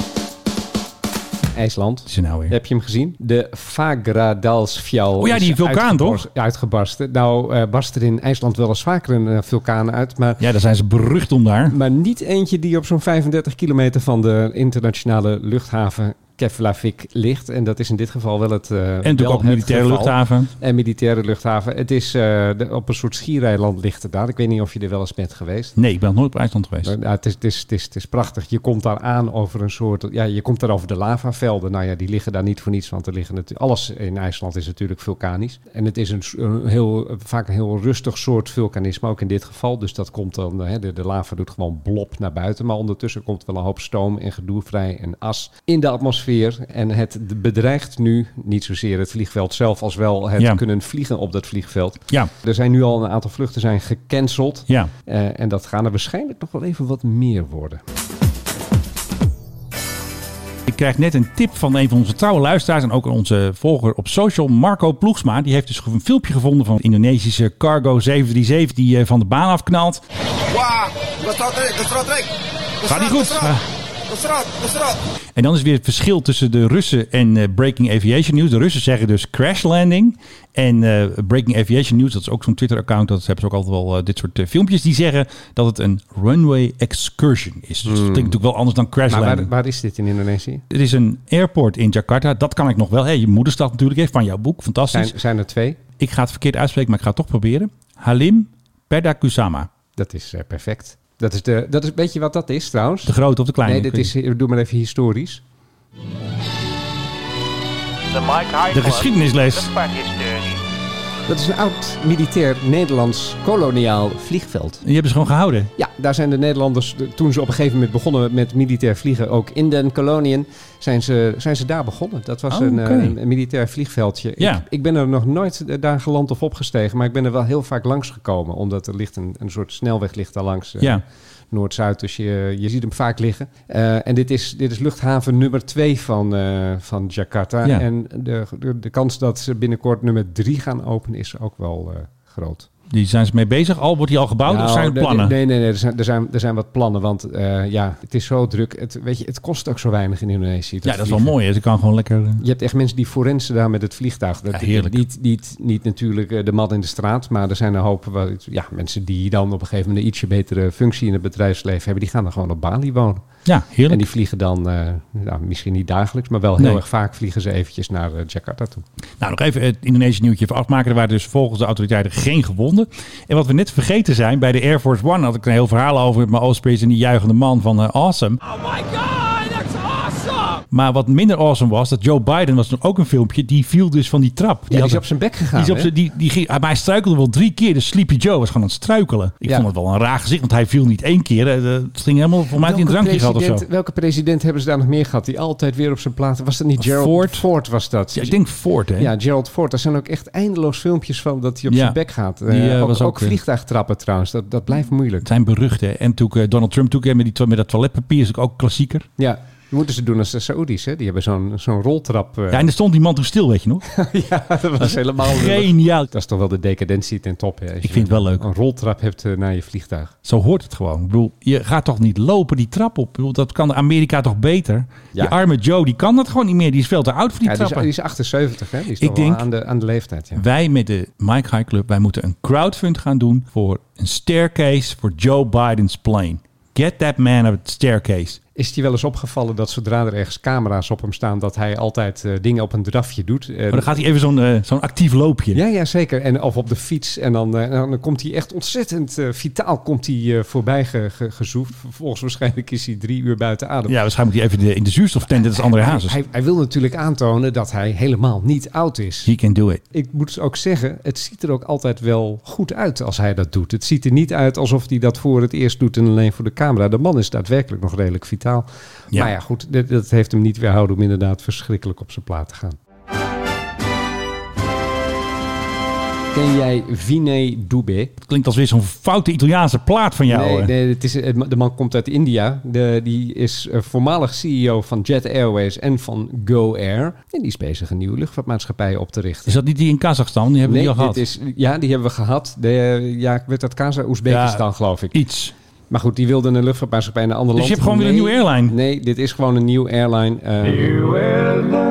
IJsland.
Wat is er nou weer?
Heb je hem gezien? De Fagradalsfjall.
Oh ja,
is
die vulkaan,
uitgebarst-
toch?
Uitgebarsten. Nou, eh, barst er in IJsland wel eens vaker een eh, vulkaan uit. Maar,
Ja, daar zijn ze berucht om daar.
maar niet eentje die op zo'n 35 kilometer van de internationale luchthaven Keflavik ligt. En dat is in dit geval wel het. eh,
En
wel
natuurlijk ook
het
militaire
geval.
luchthaven.
En militaire luchthaven. Het is eh, de- op een soort schiereiland ligt het daar. Ik weet niet of je er wel eens bent geweest.
Nee, ik ben nog nooit op IJsland geweest.
Ja, het, is, het, is, het, is, het is prachtig. Je komt daar aan over een soort. Ja, je komt daar over de lavavelden. Nou ja, die liggen daar niet voor niets. Want er liggen natuurlijk. Alles in IJsland is natuurlijk vulkanisch. En het is een, s- een heel, vaak een heel rustig soort vulkanisme. Ook in dit geval. Dus dat komt dan. Hè, de, de lava doet gewoon blob naar buiten. Maar ondertussen komt wel een hoop stoom en gedoe vrij. En as in de atmosfeer. En het bedreigt nu niet zozeer het vliegveld zelf. Als wel het
Ja.
kunnen vliegen op dat vliegveld.
Ja,
Er zijn nu al een aantal vluchten zijn gecanceld.
ja.
Eh, en dat gaan er waarschijnlijk nog wel even wat meer worden.
Dus Ik krijg net een tip van een van onze trouwe luisteraars en ook onze volger op social, Marco Ploegsma. Die heeft dus een filmpje gevonden van een Indonesische Cargo 737 die eh, van de baan afknalt.
Wah, keserot Rick, keserot Rick.
Gaat niet goed. Ah.
Keserot, keserot.
En dan is weer het verschil tussen de Russen en eh, Breaking Aviation News. De Russen zeggen dus crash landing. En eh, Breaking Aviation News, dat is ook zo'n Twitter-account. Dat hebben ze ook altijd wel eh, dit soort eh, filmpjes. Die zeggen dat het een runway excursion is. Dus dat klinkt natuurlijk wel anders dan crash
Maar
landing.
waar, waar is dit in Indonesië?
Het is een airport in Jakarta. Dat kan ik nog wel. Hey, je moederstad natuurlijk heeft van jouw boek. Fantastisch.
Zijn, zijn er twee?
Ik ga het verkeerd uitspreken, maar ik ga het toch proberen. Halim Perdakusama.
Dat is eh, perfect. Dat is de, dat is, weet je wat dat is trouwens?
De grote of de kleine?
nee, dit
Ik weet
is, eh, doe maar even historisch.
niet. de geschiedenisles.
Dat is een oud militair Nederlands koloniaal vliegveld.
Die hebben ze gewoon gehouden.
Ja, daar zijn de Nederlanders, de- toen ze op een gegeven moment begonnen met militair vliegen, ook in den koloniën, zijn ze, zijn ze daar begonnen. Dat was
Oh,
een, eh,
oké.
een, militair vliegveldje.
Ja.
Ik, ik ben er nog nooit eh, daar geland of opgestegen, maar ik ben er wel heel vaak langs gekomen, omdat er ligt een, een soort snelweg ligt daar langs. eh,
Ja.
Noord-Zuid, dus je, je ziet hem vaak liggen. Eh, en dit is, dit is luchthaven nummer 2 van, eh, van Jakarta.
Ja.
En de, de, de kans dat ze binnenkort nummer 3 gaan openen is ook wel eh, groot.
Die zijn ze mee bezig. Al wordt die al gebouwd of
Nou,
zijn Oh, er
nee,
plannen?
Nee, nee, nee, er, zijn, er, zijn, er zijn wat plannen. Want eh, ja, het is zo druk. Het, weet je, het kost ook zo weinig in Indonesië.
ja, dat is wel
vliegen.
mooi. hè. Ze kan gewoon lekker... eh,
Je hebt echt mensen die forensen daar met het vliegtuig. Dat,
Ja, heerlijk.
Niet, niet, niet natuurlijk eh, de man in de straat, maar er zijn een hoop wel- ja, mensen die dan op een gegeven moment een ietsje betere functie in het bedrijfsleven hebben. Die gaan dan gewoon op Bali wonen.
Ja,
En
heerlijk.
die vliegen dan, eh, nou, misschien niet dagelijks, maar wel heel
Nee.
erg vaak vliegen ze eventjes naar eh, Jakarta toe.
Nou, nog even het Indonesische nieuwtje even afmaken. Er waren dus volgens de autoriteiten geen gewonden. En wat we net vergeten zijn, bij de Air Force One had ik een heel verhaal over met mijn Ospreys en die juichende man van eh, Awesome.
Oh my god, that's awesome!
Maar wat minder awesome was, dat Joe Biden was toen ook een filmpje, die viel dus van die trap.
Die, ja, die
had
is
een-
op zijn bek gegaan.
Die is op
hè?
z'n- die, die ging, maar hij struikelde wel drie keer. Dus Sleepy Joe was gewoon aan het struikelen. Ik
Ja.
vond het wel een raar gezicht, want hij viel niet één keer. Eh, Het ging helemaal, voor mij had hij een drankje gehad of zo.
president- welke president hebben ze daar nog meer gehad? Die altijd weer op zijn platen. Was dat niet Gerald
Ford?
Ford? was dat.
Ja, ik denk Ford, hè?
Ja, Gerald Ford. Daar zijn ook echt eindeloos filmpjes van dat hij op
Ja.
zijn bek gaat. Eh,
Die, eh,
ook,
was ook
ook
weer-
vliegtuigtrappen trouwens. Dat, dat blijft moeilijk.
eh, Het zijn berucht, hè? En toen eh, Donald Trump toekwam met, die, to- met dat toiletpapier, is ook klassieker.
Ja. Dat moeten ze doen als de Saoedi's, hè? Die hebben zo'n zo'n roltrap. eh.
Ja, en er stond die man toen stil, weet je nog?
Ja, dat was helemaal lullig.
Geniaal.
Dat is toch wel de decadentie ten top. Hè? Als je
vind het wel leuk.
Een roltrap hebt eh, naar je vliegtuig.
Zo hoort het gewoon. Ik bedoel, je gaat toch niet lopen die trap op? Ik bedoel, dat kan Amerika toch beter?
Ja.
Die arme Joe, die kan dat gewoon niet meer. Die is veel te oud voor die
Ja, die, is,
trappen.
die is 78, hè? Die is
Ik
toch wel
denk-
aan de, aan de leeftijd. Ja.
Wij met de Mike High Club, wij moeten een crowdfund gaan doen voor een staircase voor Joe Biden's plane. Get that man a staircase.
Is die wel eens opgevallen dat zodra er ergens camera's op hem staan, dat hij altijd eh, dingen op een drafje doet? En-
Maar Oh, dan gaat hij even zo'n eh, zo'n actief loopje.
ja, ja, zeker. En, of op de fiets. En dan, eh, en dan komt hij echt ontzettend eh, vitaal komt hij, eh, voorbij ge, ge- gezoefd. Vervolgens waarschijnlijk is hij drie uur buiten adem.
Ja, dus- waarschijnlijk moet hij even de, in de zuurstoftent, dat is André
Hij,
Hazes.
hij, hij wil natuurlijk aantonen dat hij helemaal niet oud is.
He can do it.
ik moet dus ook zeggen, het ziet er ook altijd wel goed uit als hij dat doet. Het ziet er niet uit alsof hij dat voor het eerst doet en alleen voor de camera. De man is daadwerkelijk nog redelijk vitaal.
Ja.
Maar ja, goed, dat, dat heeft hem niet weerhouden om inderdaad verschrikkelijk op zijn plaat te gaan. Ken jij Vinay Dubé?
Het klinkt als weer zo'n foute Italiaanse plaat van jou.
nee,
eh.
nee het is, het- de man komt uit India. De, die is eh, voormalig CEO van Jet Airways en van Go Air. En die is bezig een nieuwe luchtvaartmaatschappij op te richten.
Is dat niet die in Kazachstan? Die hebben we
Nee,
die al
dit
gehad.
is, ja, die hebben we gehad. De, eh, ja, ik weet dat Kaza, Oezbekistan,
Ja.
geloof ik.
Iets.
Maar goed, die wilden een luchtvaartmaatschappij in een ander
Dus je
land.
hebt gewoon weer een
Nee,
nieuwe airline?
Nee, dit is gewoon een nieuwe airline. eh,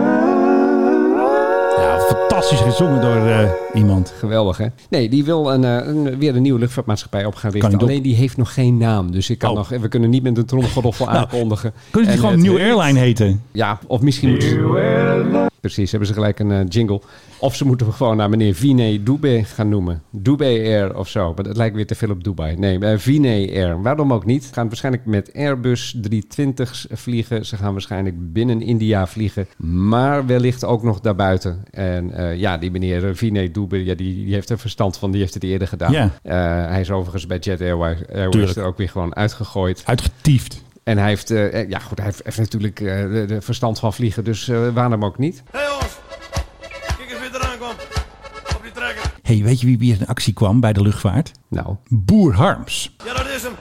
Ja, fantastisch gezongen door eh, iemand.
Geweldig, hè? Nee, die wil een, eh, een- weer een nieuwe luchtvaartmaatschappij op gaan richten.
niet op.
Alleen die heeft nog geen naam. Dus ik kan
Oh. Nou,
nog, we kunnen niet met een tromgeroffel aankondigen.
Kunnen
En
die gewoon
het-
New Airline heten?
Ja, of misschien moeten ze... Precies, hebben ze gelijk een eh, jingle. Of ze moeten hem gewoon naar meneer Vinay Dubé gaan noemen. Dubé Air of zo. Maar dat lijkt weer te veel op Dubai. Nee, eh, Vinay Air. Waarom ook niet? Ze gaan waarschijnlijk met Airbus 320's vliegen. Ze gaan waarschijnlijk binnen India vliegen. Maar wellicht ook nog daarbuiten. En eh, ja, die meneer eh, Vinay Dubé, ja, die, die heeft er verstand van. Die heeft het eerder gedaan.
Ja.
Eh, hij is overigens bij Jet Airways, Airways
Tuurlijk.
er ook weer gewoon uitgegooid.
Uitgetiefd.
En hij heeft, eh, eh, ja goed, hij heeft, heeft natuurlijk eh, de, de verstand van vliegen, dus eh waarom ook niet?
Hey jongens, kijk eens wie eraan kwam. Op die trekker.
hey, weet je wie weer in actie kwam bij de luchtvaart?
Nou,
Boer Harms.
Ja, dat is hem.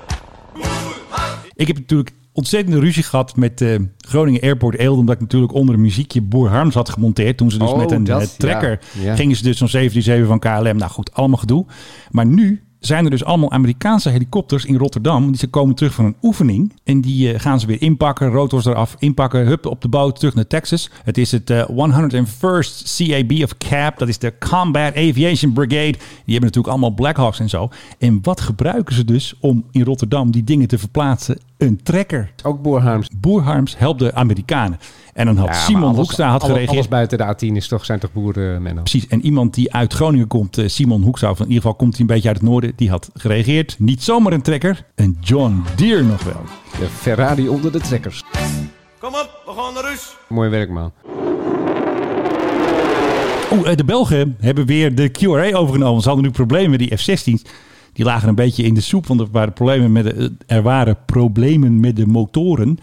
Ik heb natuurlijk ontzettende ruzie gehad met eh, Groningen Airport Eelde. Omdat ik natuurlijk onder een muziekje Boer Harms had gemonteerd. Toen ze dus
Oh,
met een
dat,
eh, trekker
ja, ja.
gingen ze dus zo'n 737 van KLM. Nou goed, allemaal gedoe. Maar nu zijn er dus allemaal Amerikaanse helikopters in Rotterdam. Die ze komen terug van een oefening. En die eh, gaan ze weer inpakken. Rotors eraf, inpakken. Hup, op de boot, terug naar Texas. Het is het eh, 101st CAB of CAB. Dat is de Combat Aviation Brigade. Die hebben natuurlijk allemaal Blackhawks en zo. En wat gebruiken ze dus om in Rotterdam die dingen te verplaatsen? Een trekker.
ook Boer Harms.
Boer Harms helpt de Amerikanen. En dan had
Ja, maar
Simon
alles-
Hoekstra had
alle-
gereageerd.
Alles buiten de A10 is toch, zijn toch boeren, Menno?
Precies. En iemand die uit Groningen komt, eh, Simon Hoekstra, of in ieder geval komt hij een beetje uit het noorden, die had gereageerd. Niet zomaar een trekker, een John Deere nog wel.
De Ferrari onder de trekkers.
Kom op, we gaan naar huis.
Mooi werk, man.
Oeh, eh, de Belgen hebben weer de QRA overgenomen. Ze hadden nu problemen met die F-16's. Die lagen een beetje in de soep, want er waren problemen met de, eh, er waren problemen met de motoren.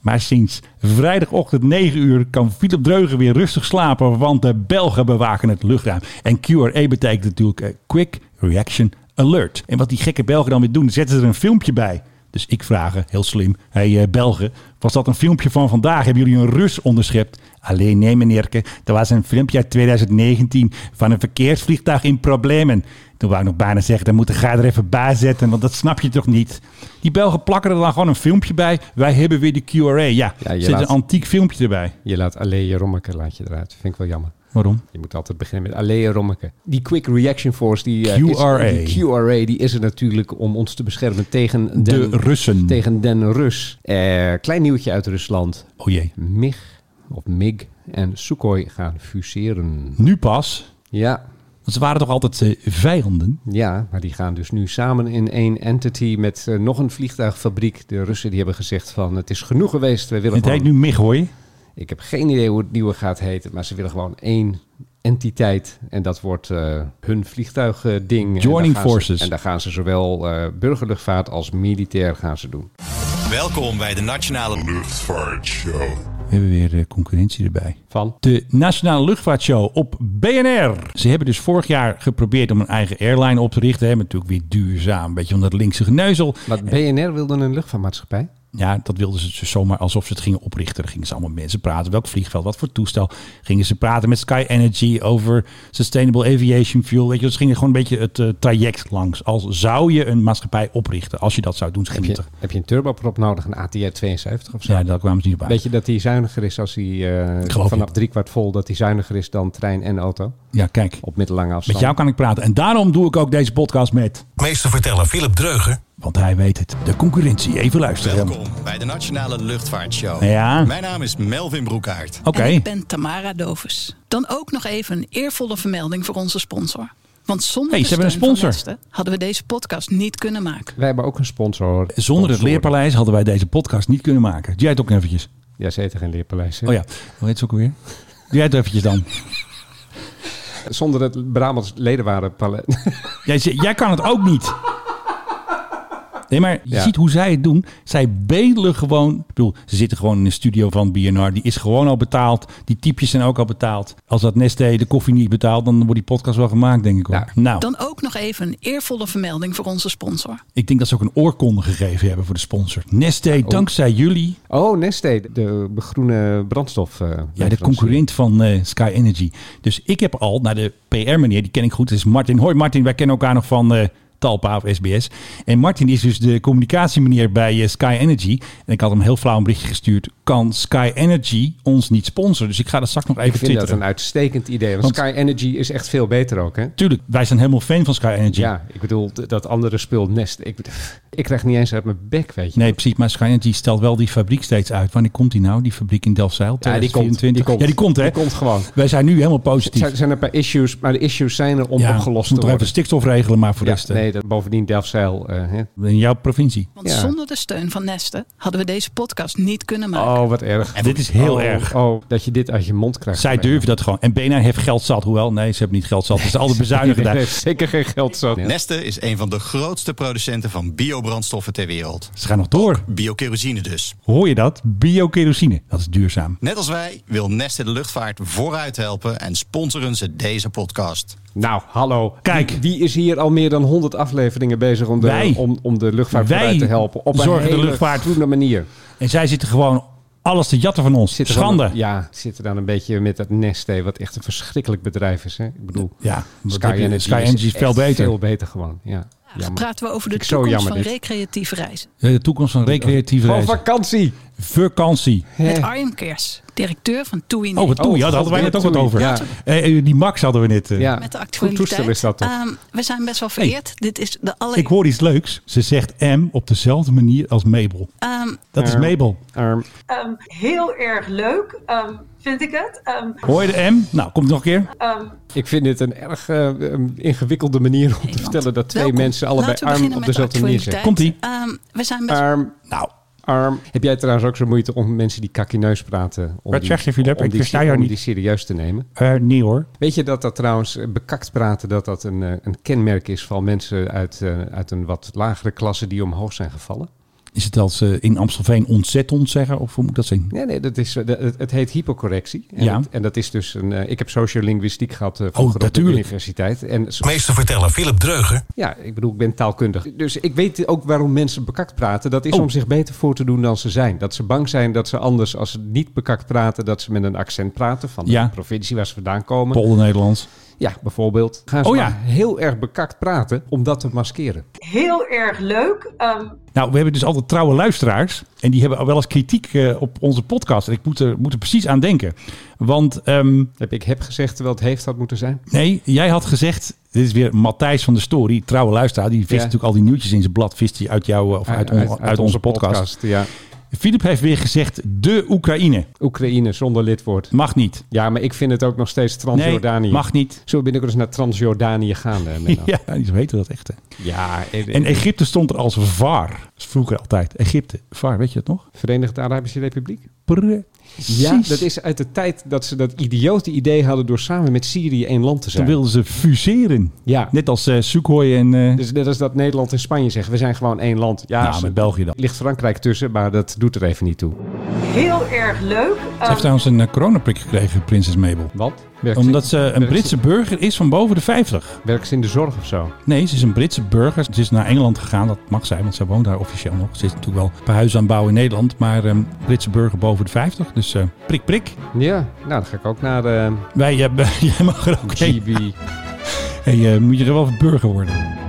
Maar sinds vrijdagochtend 9 uur kan Philip Dreugen weer rustig slapen, want de Belgen bewaken het luchtruim. En QRA betekent natuurlijk eh, Quick Reaction Alert. En wat die gekke Belgen dan weer doen, zetten ze er een filmpje bij. Dus ik vraag, eh, heel slim, hey eh, Belgen, was dat een filmpje van vandaag? Hebben jullie een Rus onderschept? Alleen nee, meneerke, er was een filmpje uit 2019 van een verkeersvliegtuig in problemen. Toen wou ik nog bijna zeggen, dan moet de er even bij zetten, want dat snap je toch niet? Die Belgen plakken er dan gewoon een filmpje bij. Wij hebben weer de QRA. Ja,
Ja, je
zit
laat-
een antiek filmpje erbij.
Je laat Allee Rommeke laat je eruit. Vind ik wel jammer.
Waarom?
Je moet altijd beginnen met Allee Rommeke. Die Quick Reaction Force, die, eh,
QRA.
Is, die QRA, die is er natuurlijk om ons te beschermen tegen
De Russen.
Tegen den Rus. Eh, klein nieuwtje uit Rusland.
Oh jee.
MIG of MIG en Sukhoi gaan fuseren.
Nu pas.
Ja,
Want ze waren toch altijd eh, vijanden?
ja, maar die gaan dus nu samen in één entity met eh, nog een vliegtuigfabriek. De Russen die hebben gezegd van het is genoeg geweest. Wij willen
Het heet
gewoon,
nu MIG, hoor je?
Ik heb geen idee hoe het nieuwe gaat heten, maar ze willen gewoon één entiteit. En dat wordt eh, hun vliegtuigding. En
Joining
daar gaan ze-
forces.
en daar gaan ze zowel eh, burgerluchtvaart als militair gaan ze doen.
Welkom bij de Nationale Luchtvaartshow.
We hebben weer eh, concurrentie erbij.
Van?
De Nationale Luchtvaartshow op BNR. Ze hebben dus vorig jaar geprobeerd om een eigen airline op te richten. Hè, maar natuurlijk weer duurzaam, een beetje onder het linkse geneuzel.
Wat BNR wilde een luchtvaartmaatschappij?
Ja, dat wilden ze dus zomaar alsof ze het gingen oprichten. Dan gingen ze allemaal mensen praten. Welk vliegveld, wat voor toestel. Gingen ze praten met Sky Energy over sustainable aviation fuel. Weet je, Dus ze gingen gewoon een beetje het eh, traject langs. Als zou je een maatschappij oprichten, als je dat zou doen. Ze
Heb
gingen
je,
toch-
heb je een turboprop nodig, een ATR 72 of zo?
ja, daar kwamen ze niet op uit.
Weet je dat die zuiniger is als die eh,
Geloof
vanaf
niet.
driekwart vol, dat die zuiniger is dan trein en auto?
Ja, kijk.
Op middellange
Met
afstand.
jou kan ik praten. En daarom doe ik ook deze podcast met.
Meester vertellen Philip Dreugen.
Want hij weet het. De concurrentie. Even luisteren. Oké.
Welkom bij de Nationale Luchtvaartshow.
Nou Ja.
Mijn naam is Melvin Broekhaart.
En ik ben Tamara Dovers. Dan ook nog even een eervolle vermelding voor onze sponsor. Want zonder
Hey,
de
ze hebben een
steun van
sponsor.
Lesten hadden we deze podcast niet kunnen maken.
Wij hebben ook een sponsor. hoor.
Zonder het
Sponsoren.
Leerpaleis hadden wij deze podcast niet kunnen maken. Doe jij het ook eventjes.
Ja, ze heten geen leerpaleis. hè?
Oh ja, hoe heet ze ook alweer? Doe jij het eventjes dan.
Zonder het Brabants ledenwarenpalet.
Jij, zegt, jij kan het ook niet. Nee, maar je
Ja.
ziet hoe zij het doen. Zij bedelen gewoon. Ik bedoel, ze zitten gewoon in een studio van BNR. Die is gewoon al betaald. Die typjes zijn ook al betaald. Als dat Nestlé de koffie niet betaalt, dan wordt die podcast wel gemaakt, denk ik. Hoor.
Ja.
Nou,
Dan ook nog even een eervolle vermelding voor onze sponsor.
ik denk dat ze ook een oorkonde gegeven hebben voor de sponsor. Nestlé, dankzij jullie.
Oh, Neste, de groene brandstof. eh,
Ja, de
leverancier.
concurrent van eh, Sky Energy. Dus ik heb al naar de PR-meneer, die ken ik goed, dat is Martin. Hoi Martin, wij kennen elkaar nog van eh, Talpa of SBS. En Martin is dus de communicatiemeneer bij eh, Sky Energy. En ik had hem heel flauw een berichtje gestuurd. Kan Sky Energy ons niet sponsoren? Dus ik ga dat straks nog even
Ik vind dat
twitteren.
een uitstekend idee. Want,
Want-
Sky Energy is echt veel beter ook, hè?
Tuurlijk, wij zijn helemaal fan van Sky Energy.
Ja, ik bedoel, d- dat andere spul Nest. Ik, ik krijg niet eens uit mijn bek, weet je.
Nee, precies. Maar Sky Energy stelt wel die fabriek steeds uit. Wanneer komt die nou, die fabriek in Delfzijl?
Ja, die komt,
2024?
die komt.
Ja, die komt, hè?
Die komt gewoon.
Wij zijn nu helemaal positief.
Er zijn een paar issues, maar de issues zijn er om
ja, we
opgelost
moeten
te
nog even
worden.
stikstof regelen, maar voor de
Ja,
rest... eh,
nee, dat, bovendien Delfzijl. eh, hè.
In jouw provincie.
Want
Ja.
zonder de steun van Nesten hadden we deze podcast niet kunnen maken.
oh, wat erg.
En dit is heel
Oh,
erg.
Oh, dat je dit uit je mond krijgt.
Zij durven dat gewoon. En BNR heeft geld zat. Hoewel, nee, ze hebben niet geld zat. Ze zijn altijd bezuinigen
Nee,
daar.
heeft zeker geen geld zo.
Neste is een van de grootste producenten van biobrandstoffen ter wereld.
Ze gaan nog door.
Biokerosine dus.
Hoor je dat? Biokerosine. Dat is duurzaam.
Net als wij wil Neste de luchtvaart vooruit helpen en sponsoren ze deze podcast.
Nou, hallo.
Kijk.
Wie, wie is hier al meer dan 100 afleveringen bezig om de,
Wij.
om, om de luchtvaart
Wij
vooruit te helpen? Op
zorgen
een
de
hele
luchtvaart-
groene manier.
En zij zitten gewoon alles te jatten van ons.
Zitten
Schande.
Dan, ja, zitten dan een beetje met dat Neste, wat echt een verschrikkelijk bedrijf is. Hè? Ik bedoel,
Ja, wat
Sky
heb je?
Energy,
Sky Energy is veel
echt
beter.
Veel beter gewoon, ja.
Dan
Jammer.
praten we over de
Vind ik zo
toekomst van
jammer dit.
recreatief reizen.
De toekomst van recreatieve
Gewoon
reizen.
vakantie!
Vakantie.
Met Arjen Kers, directeur van TUI.
Oh, wat doe je?
Oh,
Daar hadden wij net ook wat
Toei.
over.
Ja.
Eh, eh, die Max hadden we net. eh.
Ja,
Met de
goed
actualiteit.
toestel is dat toch?
Ehm, we zijn best wel vereerd. Dit is de aller...
Ik hoor iets leuks. Ze zegt M op dezelfde manier als Mabel.
Ehm,
Dat is
Ja.
Mabel.
Arm.
Ehm, heel erg leuk, ehm, vind ik het. Ehm,
Hoor je de M? Nou, komt nog een keer.
ehm,
Ik vind dit een erg eh, een ingewikkelde manier om te
want-
vertellen dat twee
Welkom.
mensen allebei
Laten we
arm
beginnen
op
met
dezelfde manier zijn.
actualiteit.
Komt-ie.
Ehm, we zijn best
Arm,
Nou,
arm. Heb jij trouwens ook zo moeite om mensen die kakkineus praten... Om
Wat
die-
zeg je, Filip?
om
Ik
die-
versta jou
om
niet.
die serieus te nemen.
eh, nee hoor.
Weet je dat dat trouwens eh, bekakt praten, dat dat een, eh, een kenmerk is van mensen uit, eh, uit een wat lagere klasse die omhoog zijn gevallen?
Is het als ze in Amstelveen ontzettend zeggen? Of hoe moet ik dat zien?
Nee, nee, dat is, eh, dat- het, het heet hypocorrectie. En,
Ja. Oh,
dat, en dat is dus een. eh, ik heb sociolinguïstiek gehad eh vroeger op de
natuurlijk.
universiteit. En zo-
Meester vertellen Philip Dreugen.
ja, ik bedoel, ik ben taalkundig. Dus ik weet ook waarom mensen bekakt praten. Dat is
Oh.
om zich beter voor te doen dan ze zijn. Dat ze bang zijn dat ze anders, als ze niet bekakt praten, dat ze met een accent praten van
Ja.
de provincie waar ze vandaan komen.
Polder Nederlands.
Ja, bijvoorbeeld. Gaan ze
Oh,
maar
ja.
heel erg bekakt praten om dat te maskeren.
heel erg leuk. ehm,
Nou, we hebben dus altijd trouwe luisteraars. En die hebben al wel eens kritiek eh, op onze podcast. En ik moet er, moet er precies aan denken. Want ehm,
Heb ik heb gezegd terwijl het heeft had moeten zijn?
nee, jij had gezegd. Dit is weer Matthijs van de Story, trouwe luisteraar. Die vist
Ja.
natuurlijk al die nieuwtjes in zijn blad. Vist hij uit jou eh, of uit, on- uit onze podcast.
Ja.
Filip heeft weer gezegd: de Oekraïne
Oekraïne zonder lidwoord.
mag niet.
Ja, maar ik vind het ook nog steeds
Nee,
Transjordanië.
mag niet.
Zullen we binnenkort eens naar Transjordanië gaan? eh, Menno?
Ja, zo heette dat echt. hè.
ja en,
En Egypte stond er als VAR. Dat is vroeger altijd. Egypte, VAR, weet je dat nog?
Verenigde Arabische Republiek?
Precies.
Ja, dat is uit de tijd dat ze dat idiote idee hadden door samen met Syrië één land te
Toen
zijn.
wilden ze fuseren.
Ja.
Net als eh Sukhoi en... eh,
Dus net als dat Nederland en Spanje zeggen, we zijn gewoon één land. Ja,
nou,
ze-
met België dan.
ligt Frankrijk tussen, maar dat doet er even niet toe.
heel erg leuk.
Oh.
Ze heeft trouwens een eh, coronaprik gekregen, prinses Mabel.
Wat? Werkt ze-
Omdat ze een
werkt
Britse burger is van boven de 50.
Werkt ze in de zorg of zo?
Nee, ze is een Britse burger. Ze is naar Engeland gegaan. Dat mag zijn, want zij woont daar officieel nog. Ze is natuurlijk wel bij huis aan het bouwen in Nederland. Maar ehm, Britse burger boven de 50. Dus eh, prik, prik.
Ja, nou dan ga ik ook naar de
Wij, hebben, jij mag er ook heen.
GB.
Hey, eh, moet je er wel burger worden.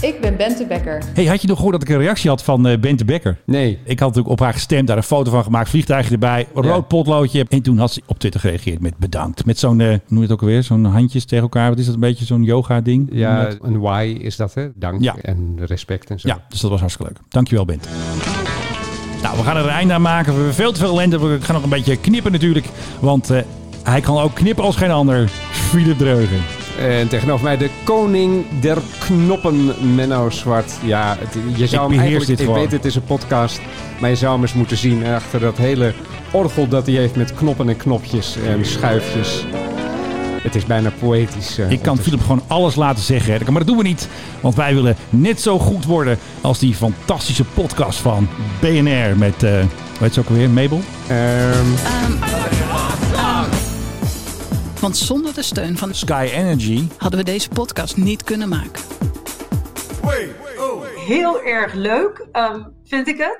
Ik ben Bente Becker.
Hey, had je nog gehoord dat ik een reactie had van eh, Bente Becker?
Nee.
Ik had natuurlijk op haar gestemd, daar een foto van gemaakt, vliegtuigje erbij, rood potloodje. En toen had ze op Twitter gereageerd met bedankt. Met zo'n, eh, hoe noem je het ook alweer, zo'n handjes tegen elkaar. Wat is dat, een beetje zo'n yoga-ding?
Ja,
Met-
een why is dat hè? Dank
Ja.
en respect en zo.
ja, dus dat was hartstikke leuk. Dankjewel, Bent. Nou, we gaan er een einde aan maken. We hebben veel te veel lente. We gaan nog een beetje knippen natuurlijk. Want eh, hij kan ook knippen als geen ander. Philip Dreugen.
En tegenover mij de koning der knoppen, Menno Zwart. Ja, het- je zou hem
beheers
eigenlijk,
dit
ik
gewoon.
weet het is een podcast, maar je zou hem eens moeten zien achter dat hele orgel dat hij heeft met knoppen en knopjes en schuifjes. Het is bijna poëtisch. eh,
Ik kan Philip gewoon alles laten zeggen. hè. Maar dat doen we niet. Want wij willen net zo goed worden als die fantastische podcast van BNR met, eh weet je ook alweer, Mabel?
Ehm,
Want zonder de steun van
Sky Energy
hadden we deze podcast niet kunnen maken.
Heel erg leuk, ehm, vind ik het.